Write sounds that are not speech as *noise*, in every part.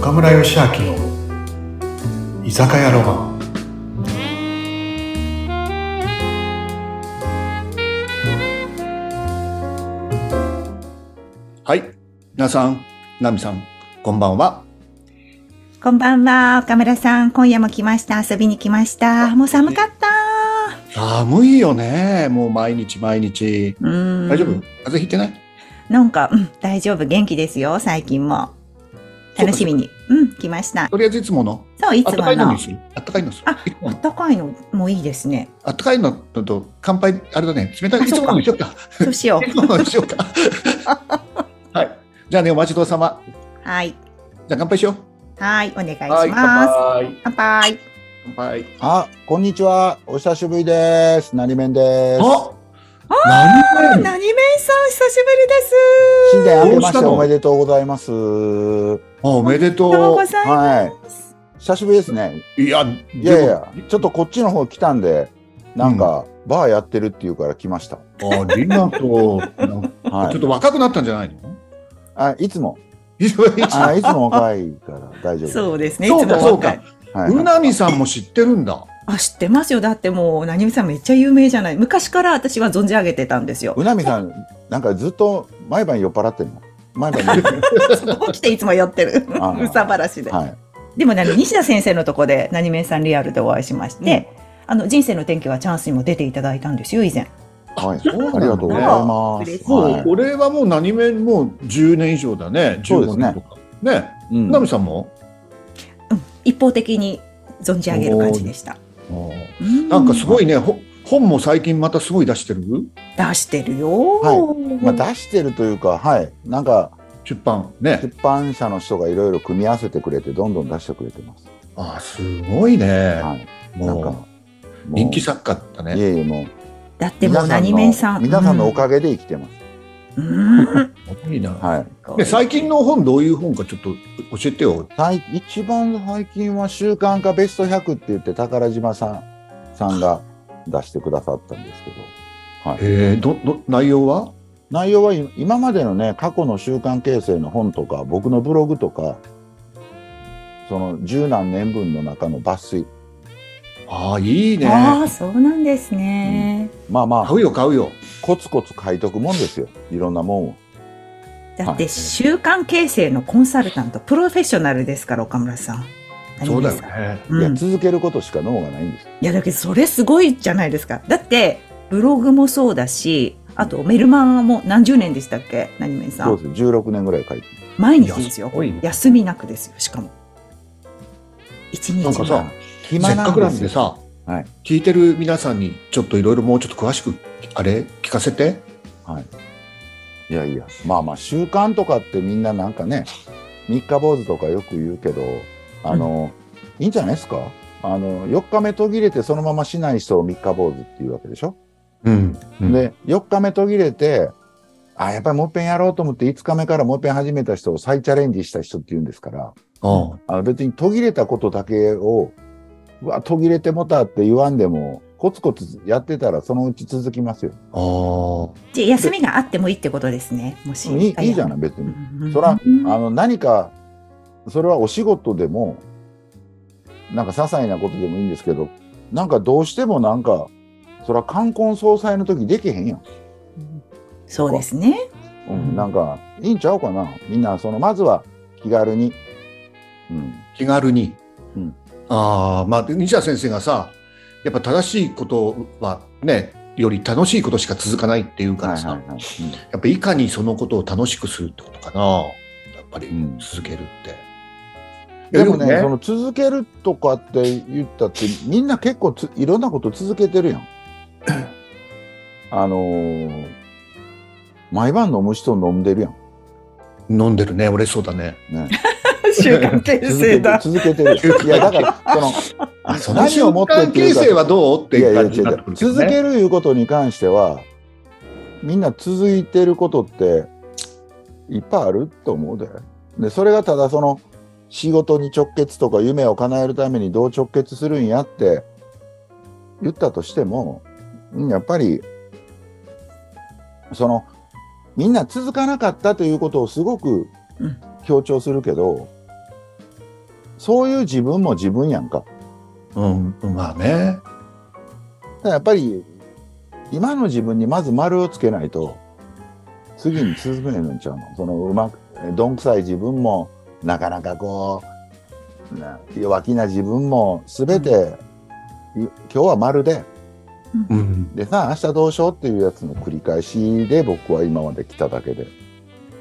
岡村義明の居酒屋ロマンはい。皆さん、ナミさん、こんばんは。こんばんは、岡村さん。今夜も来ました。遊びに来ました。もう寒かった。寒いよね。もう毎日毎日。うーん。大丈夫、風邪ひいてないなんか、うん、大丈夫。元気ですよ、最近も。楽しみに。うん、来ました。とりあえずいつもの。そう、いあっつたもかいののに。する。あったかいのするあ。いつもの暖かいのもいいですね。あったかいのと乾杯、あれだね。冷たい。いあつそうかものにしようか。そうしよいつものにしよう *laughs* か。はい。じゃあね、お待ちどうさま。じう。はい。ゃあ乾杯しよはい、お願いしう。はい。ます。乾杯。乾杯。乾杯。あ、こんにちは。お久しぶりです。なりめんです。あ何年何めんさん、久しぶりです。新年明けまどうししたてのおめでとうございます。はあおめでおめでとうとございます。い。久しぶりですね。う。いや、いやいでもや、ちょっとこっちの方来たんで、なんか、バーやってるっていうから来ました。あ、リナと、なんかはちょっい。と若くなったんじゃないのあ、いつも、いつもいつもあ、いつも若いから大丈夫。そうですね、いそつうかもそう若かい。。はうい。なみさんも知ってるんだ。あ、知ってますよ。だってもう、何めさんめっちゃ有名じゃない。昔から私は存じ上げてたんですよ。 *laughs* うなみさん、なんかずっと毎晩酔っ払ってんの。毎晩酔っ払って起きていつもやってる。あーうさばらしで。る。はい。でもね、あの西田先生のとこで、何名さんリアルでお会いしまして、あの、人生の天気はチャンスにも出ていただいたんですよ、以前。はい。あそうなんだりがとうございます嬉。しいもう、は俺はもう何面もう10年以上だね。そう15ですね年とか。ね。い。ううんなみさんも一方的に存じ上げる感じでした。なんかすい。ごいね、ほ本も最近またすごい出してる出してるよ、はまあ、出してるというか、はい。なんか、出版。ね。出版社の人がいろいろ組み合わせてくれてどんどん出してくれてます。ああ、すごいね。はい。なんかもう、人気作家だいね。えいえもうだってもう何名さん。皆さんのおかげで生きてます。 *laughs* うん。いいな。はい。で、最近の本どういう本かちょっと教えてよ。最一番最近は週刊化ベスト100って言って宝島さんさんが出してくださったんですけど、えー、ど、ど、内容は内容は今今までのね過去の週刊形成の本とか僕のブログとか。その十何年分の中の抜粋。ああ、いいね。ああ、そうなんですね。まあま買あ、うよ、買うよ。コツコツ書いとくもんですよ。いろんなもんを。だって、習慣形成のコンサルタント、プロフェッショナルですから、岡村さん。そうだよ何名さんね。いや、うん続けることしか脳がないんですよ。いやだけどそれすごいじゃないですか。だってブログもそうだし、あとメルマガも何十年でしたっけ何めんさそうでん。す。16年ぐらい書いてる。毎日ですよいやすごいね。休みなくですよ。しかも。一日なんかさは。、暇せっなかんくでなんすでよ。さ、はい聞いてる皆さんにちょっといろいろもうちょっと詳しくあれ聞かせていやいや、まあまあ、習慣とかってみんななんかね、三日坊主とかよく言うけど、あの、いいんじゃないですかあの、4日目途切れてそのまましない人を三日坊主っていうわけでしょ、うん、で、4日目途切れて、あ、やっぱりもう一遍やろうと思って5日目からもう一遍始めた人を再チャレンジした人って言うんですから、あああの別に途切れたことだけを、うわ、途切れてもたって言わんでも、コツコツやってたらそのうち続きますよ。あーじゃあ休みがあってもいいってことですね。もし。いいいいじゃない、別うに。んうん。そら、うんあの何かそれはお仕事でもなんか些細なことでもいいんですけどなんかどうしてもなんかそれは冠婚葬祭の時できへんやん、そうですね。うんなんかいいんちゃうかなみんなそのまずは気軽に、うん、気軽に、うんああまあで西田先生がさやっぱ正しいことはねより楽しいことしか続かないっていうからさ、はい、やっぱいかにそのことを楽しくするってことかなやっぱりうん続けるって、でもねいやその続けるとかって言ったってみんな結構ついろんなこと続けてるやんあのー毎晩飲む人飲んでるやん飲んでるね俺そうだねね習慣形続成けて *laughs* だ。続けてる。いや、だから、その、あその何瞬を持って間るとい形うか成はどうっていやいいうや、違う感じに違なってうくるけど続ねけるいうことに関しては、みんな続いてることって、いっぱいあると思うで。で、それがただその、仕事に直結とか夢を叶えるためにどう直結するんやって言ったとしても、うんやっぱり、その、みんな続かなかったということをすごくうん強調するけど、そういう自分も自分やんか。うん、まあね。だからやっぱり今の自分にまず丸をつけないと次に進めへんのちゃうの。そのうまくどんくさい自分もなかなかこうな弱気な自分も全て、い今日は丸でうん。でさあ明日どうしようっていうやつの繰り返しで僕は今まで来ただけで。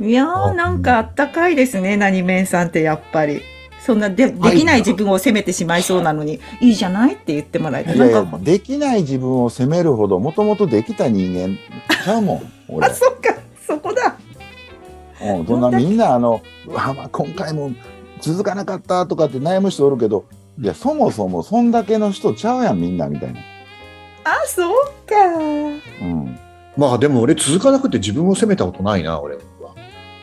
いやー、なんかあったかいですね、何面さんってやっぱり。そんなで、できない自分を責めてしまいそうなのに、いいじゃないって言ってもらえた。いやいなやんか、できない自分を責めるほどもともとできた人間ちゃ *laughs* うもん俺あ、。そっか、そこだ。うん、そんなみんなあの「うわまあ今回も続かなかった」とかって悩む人おるけどいやそもそもそんだけの人ちゃうやんみんなみたいな。あ、そっか。うんまあでも俺続かなくて自分を責めたことないな、俺は。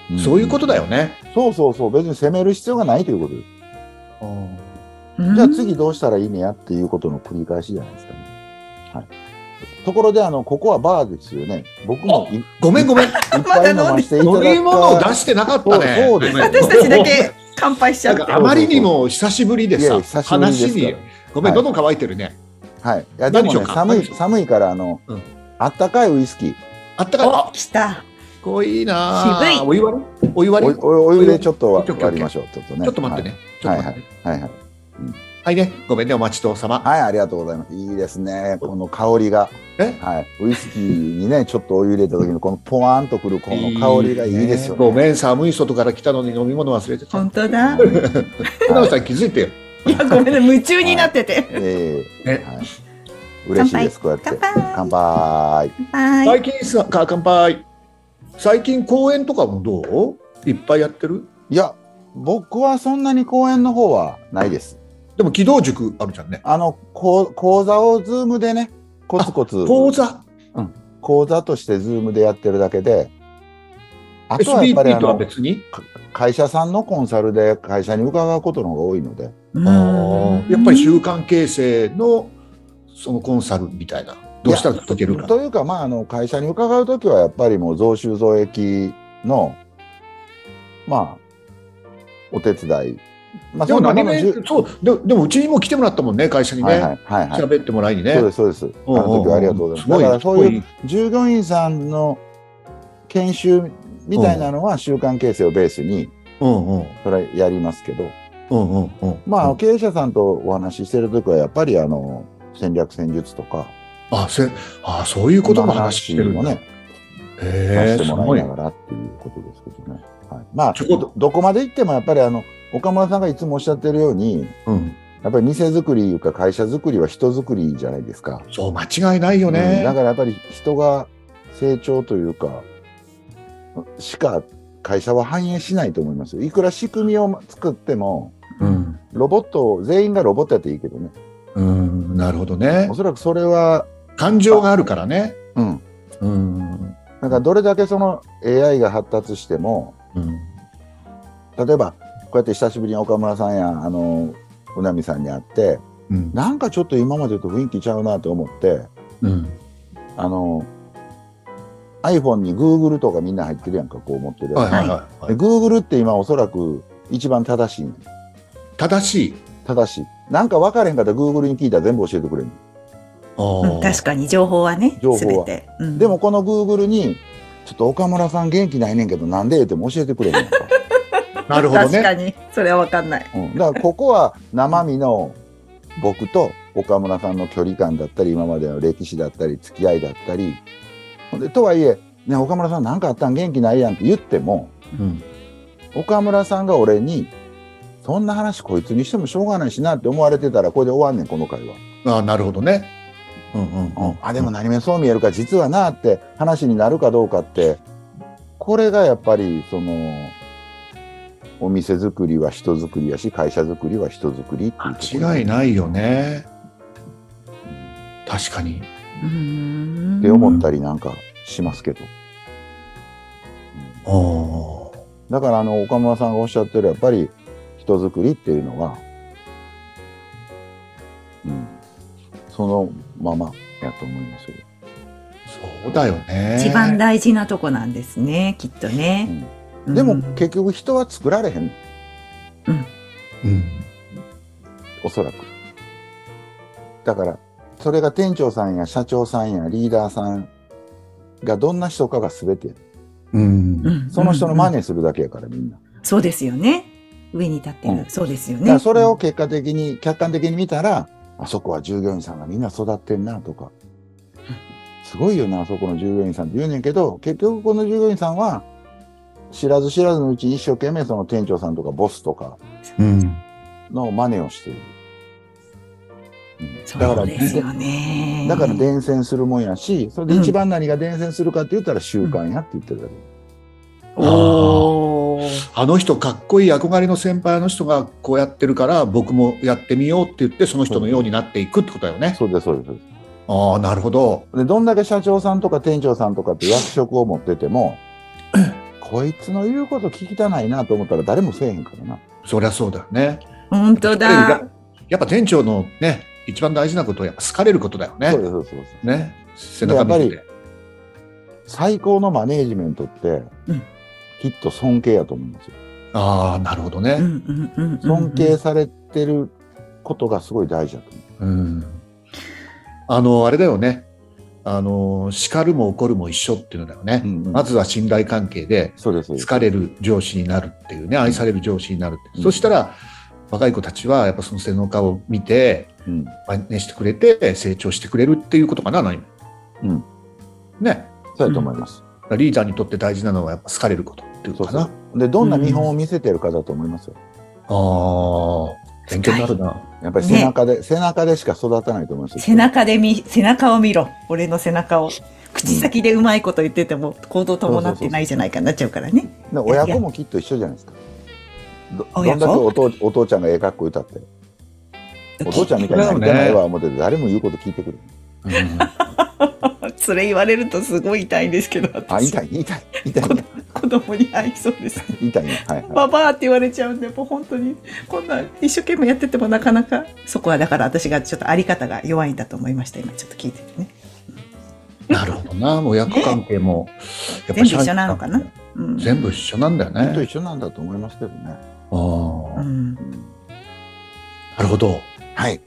んそういうことだよね。そうそうそう別に責める必要がないということですじゃあ次どうしたらいいねやっていうことの繰り返しじゃないですかね。はい、ところであのここはバーですよね僕もい *laughs* いっごめんごめん。ぱい飲ませていただ飲くみ物を出してなかったね。そうそうですごめん私たちだけ乾杯しちゃなっんてか。あまりにも久しぶりでいやいさや、久しぶりです話からに。ごめん、喉乾いてるね。はい。いや、で何もしようね、か寒何い、しよう寒いから、あのうん、あったかいウイスキー、あったかい。あか来た。っこいいな渋いお湯割りお湯割りちおおお湯でちょっとオッケーオッケー割りましょう。ちょっとね。ょっと待ってね。ちょっと待ってね。はい。はいはい。はいね。ごめんね、お待ちとうさま。はい、ありがとうございます。いいですね。この香りが。えはい。ウイスキーにね、ちょっとお湯入れた時の、このポワーンとくるこの香りがいいですよね。ごめん、寒い外から来たのに飲み物忘れてた。本当 *laughs* だ。い船尾さん気づいてよ。や、ごめんね、夢中になってて。ええねはい。嬉しいです、こうやって乾。杯。乾杯。乾杯。最近さ、か乾杯。最近公演とかもどういっぱいやってるいや、僕はそんなに公演の方はないです。でも、軌道塾あるじゃんね。あの、こう講座をズームでね、コツコツ。講座、講座としてズームでやってるだけで、あとはやっぱり SBP あとはの別に会社さんのコンサルで会社に伺うことの方が多いので、やっぱり習慣形成のそのコンサルみたいな。どうしたら解けるか。というか、まあ、あの会社に伺うときはやっぱりもう増収増益の、まあ、お手伝い。まあ、でもんな何のもじゅそうででもうちにも来てもらったもんね会社にね、はいはいはいはい。喋ってもらいにねそうです、そうです。あの時はありがとうございます。だからそういう従業員さんの研修みたいなのは習慣形成をベースに、うんうんそれはやりますけど、うんうんうんまあ、経営者さんとお話ししてるときは、やっぱりあの戦略戦術とか、あせあそういうことも話してるんもだねね、さへせえてすもごいらいながらっていうことですけどね。はい、まあちょこっとど、どこまで行ってもやっぱりあの、岡村さんがいつもおっしゃってるように、うんやっぱり店作りいうか会社作りは人作りじゃないですか。そう間違いないようねん、だからやっぱり人が成長というか、しか会社は反映しないと思いますよ。いくら仕組みを作っても、うんロボットを、全員がロボットやっていいけどね。うんなるほどねおそらくそれは、感情があるからねうん、うんなんかどれだけその AI が発達してもうん例えばこうやって久しぶりに岡村さんやあのうなみさんに会ってうんなんかちょっと今までと雰囲気ちゃうなと思ってうんあの iPhone に Google とかみんな入ってるやんかこう思ってるやつ、はいはいはい、はいで Google って今おそらく一番正しいね正しい正しいなんか分かれへんかったら Google に聞いたら全部教えてくれるあうんー確かに情報はね、情す報べはて。うんでもこの Google にちょっと岡村さん元気ないねんけどなんでええっても教えてくれるんかなるほど確かねに、それはわかんない。うん、だからここは生身の僕と岡村さんの距離感だったり今までの歴史だったり付き合いだったりほんでとはいえ、ね「岡村さん何かあったん元気ないやん」って言ってもうん岡村さんが俺に「そんな話こいつにしてもしょうがないしな」って思われてたらこれで終わんねんこの会話。あーなるほどねうんうんうんあでも何目そう見えるか実はなって話になるかどうかってこれがやっぱりその。お店作りは人作りやし会社作りは人作りっていうところ間違いないよね確かにっって思ったりなんかしますけど、あーだからあの岡村さんがおっしゃってるやっぱり人づくりっていうのが、うん、そのままやと思いますよ、そうだよね一番大事なとこなんですね、きっとね。うんでうもん結局人は作られへん、うんおそらく。だから、それが店長さんや社長さんやリーダーさんがどんな人かが全てや。うんう。んその人の真うん似するだけやから、みんな。そうですよね。上に立ってる。うんそうですよだかね。らそれを結果的に、客観的に見たら、あそこは従業員さんがみんな育ってんなとか、すごいよな、あそこの従業員さんって言うねんけど、結局この従業員さんは、知らず知らずのうちに一生懸命その店長さんとかボスとかうん。の真似をしている。そだからうですよね。だから伝染するもんやし、それで一番何が伝染するかって言ったら習慣やって言ってるだけ。おーあの人かっこいい憧れの先輩の人がこうやってるから僕もやってみようって言ってその人のようになっていくってことだよね。そうです、そうですそうでああなるほど。す。で、どんだけ社長さんとか店長さんとかって役職を持ってても、こいつの言うこと聞きたないなと思ったら誰もせえへんからな。そりゃそうだよね。本当だ。やっぱ店長のね一番大事なことはやっぱ好かれることだよねそう。です、そうですそうです。ね背中見せやて。最高のマネージメントって、うんきっと尊敬やと思うんですよ。ああなるほどうんね。うんうんうん尊敬されてることがすごい大事だと思う。うん。あのあれだよね。あの叱るも怒るも一緒っていうのだよね。うんうんまずは信頼関係でそうです、そうです。疲れる上司になるっていうね愛される上司になるって、うんそしたら若い子たちはやっぱその背中を見てうん真似してくれて成長してくれるっていうことかな何もうんねそうやと思います。リーダーにとって大事なのはやっぱ好かれることっていうのそうかそなう。で、どんな見本を見せてるかだと思いますよ。ああ勉強になるな、やっぱり背中で、背中でしか育たないと思いますよ。背中で見、背中を見ろ。俺の背中を。口先でうまいこと言ってても行動伴ってないじゃないかになっちゃうからね。で親子もきっと一緒じゃないですか。どどん親だ子けお父お父ちゃんがええ格好歌って、お父ちゃんみたいになりたないわ思ってて誰も言うこと聞いてくる。うんそれ言われるとすごい痛いんですけど、あ、私痛い、痛い、痛い、こ子供に会いそうです。痛い、はい、バはバアって言われちゃうんで、もう本当に、こんな一生懸命やっててもなかなか、そこはだから私がちょっとあり方が弱いんだと思いました、今ちょっと聞いててね。なるほどなもう役関係もやっぱ全部一緒なのかなうん。全部一緒なんだよい。きっ *laughs* とね一緒なんだと思いますけどね。あうあん。うんなるほどはい。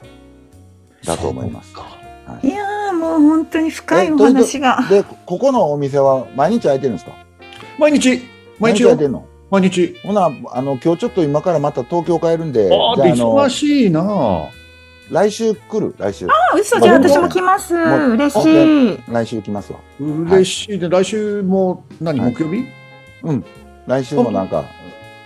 だと思います。そうかいやーもう本当に深いお話が。で、ここのお店は毎日開いてるんですか毎日毎日開よいてるの毎日ほな、あの、今日ちょっと今からまた東京帰るんで、ああじゃあ、あの忙、しいなあ来週来る来週。あ、嘘、まじあゃあでも私も来ます。もう嬉しい。来週来ますわ。嬉しいね、来週も何、はい木曜日来週もなんか、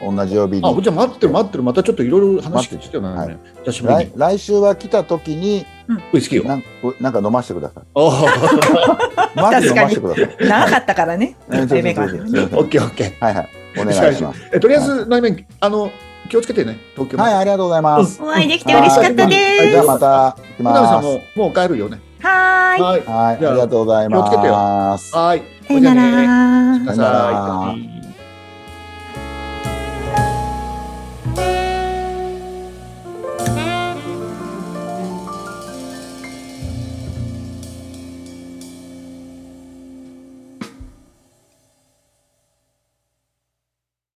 同じ曜日あに。じゃあ待ってる待ってるまたちょっといろいろ話待聞ってきたよね、はい久しぶり来に来週は来た時に、ウイスキーをなんなんか飲ませてください。 *laughs* あマジで確飲かにませてください。長かったからね。うん一回目がそう。そうそうーオッケーオッケーはいはい。お願いします。えとりあえず内面、あの気をつけてね東京はい、ありがとうございま *laughs* す。お会いできて嬉しかったはいじでゃあまた行き福永さまんももう帰るよねす。はーい。はいす。はい、あじゃありがとうござい気をつけてよます。はいさおよなじゃあねら。くださよなさい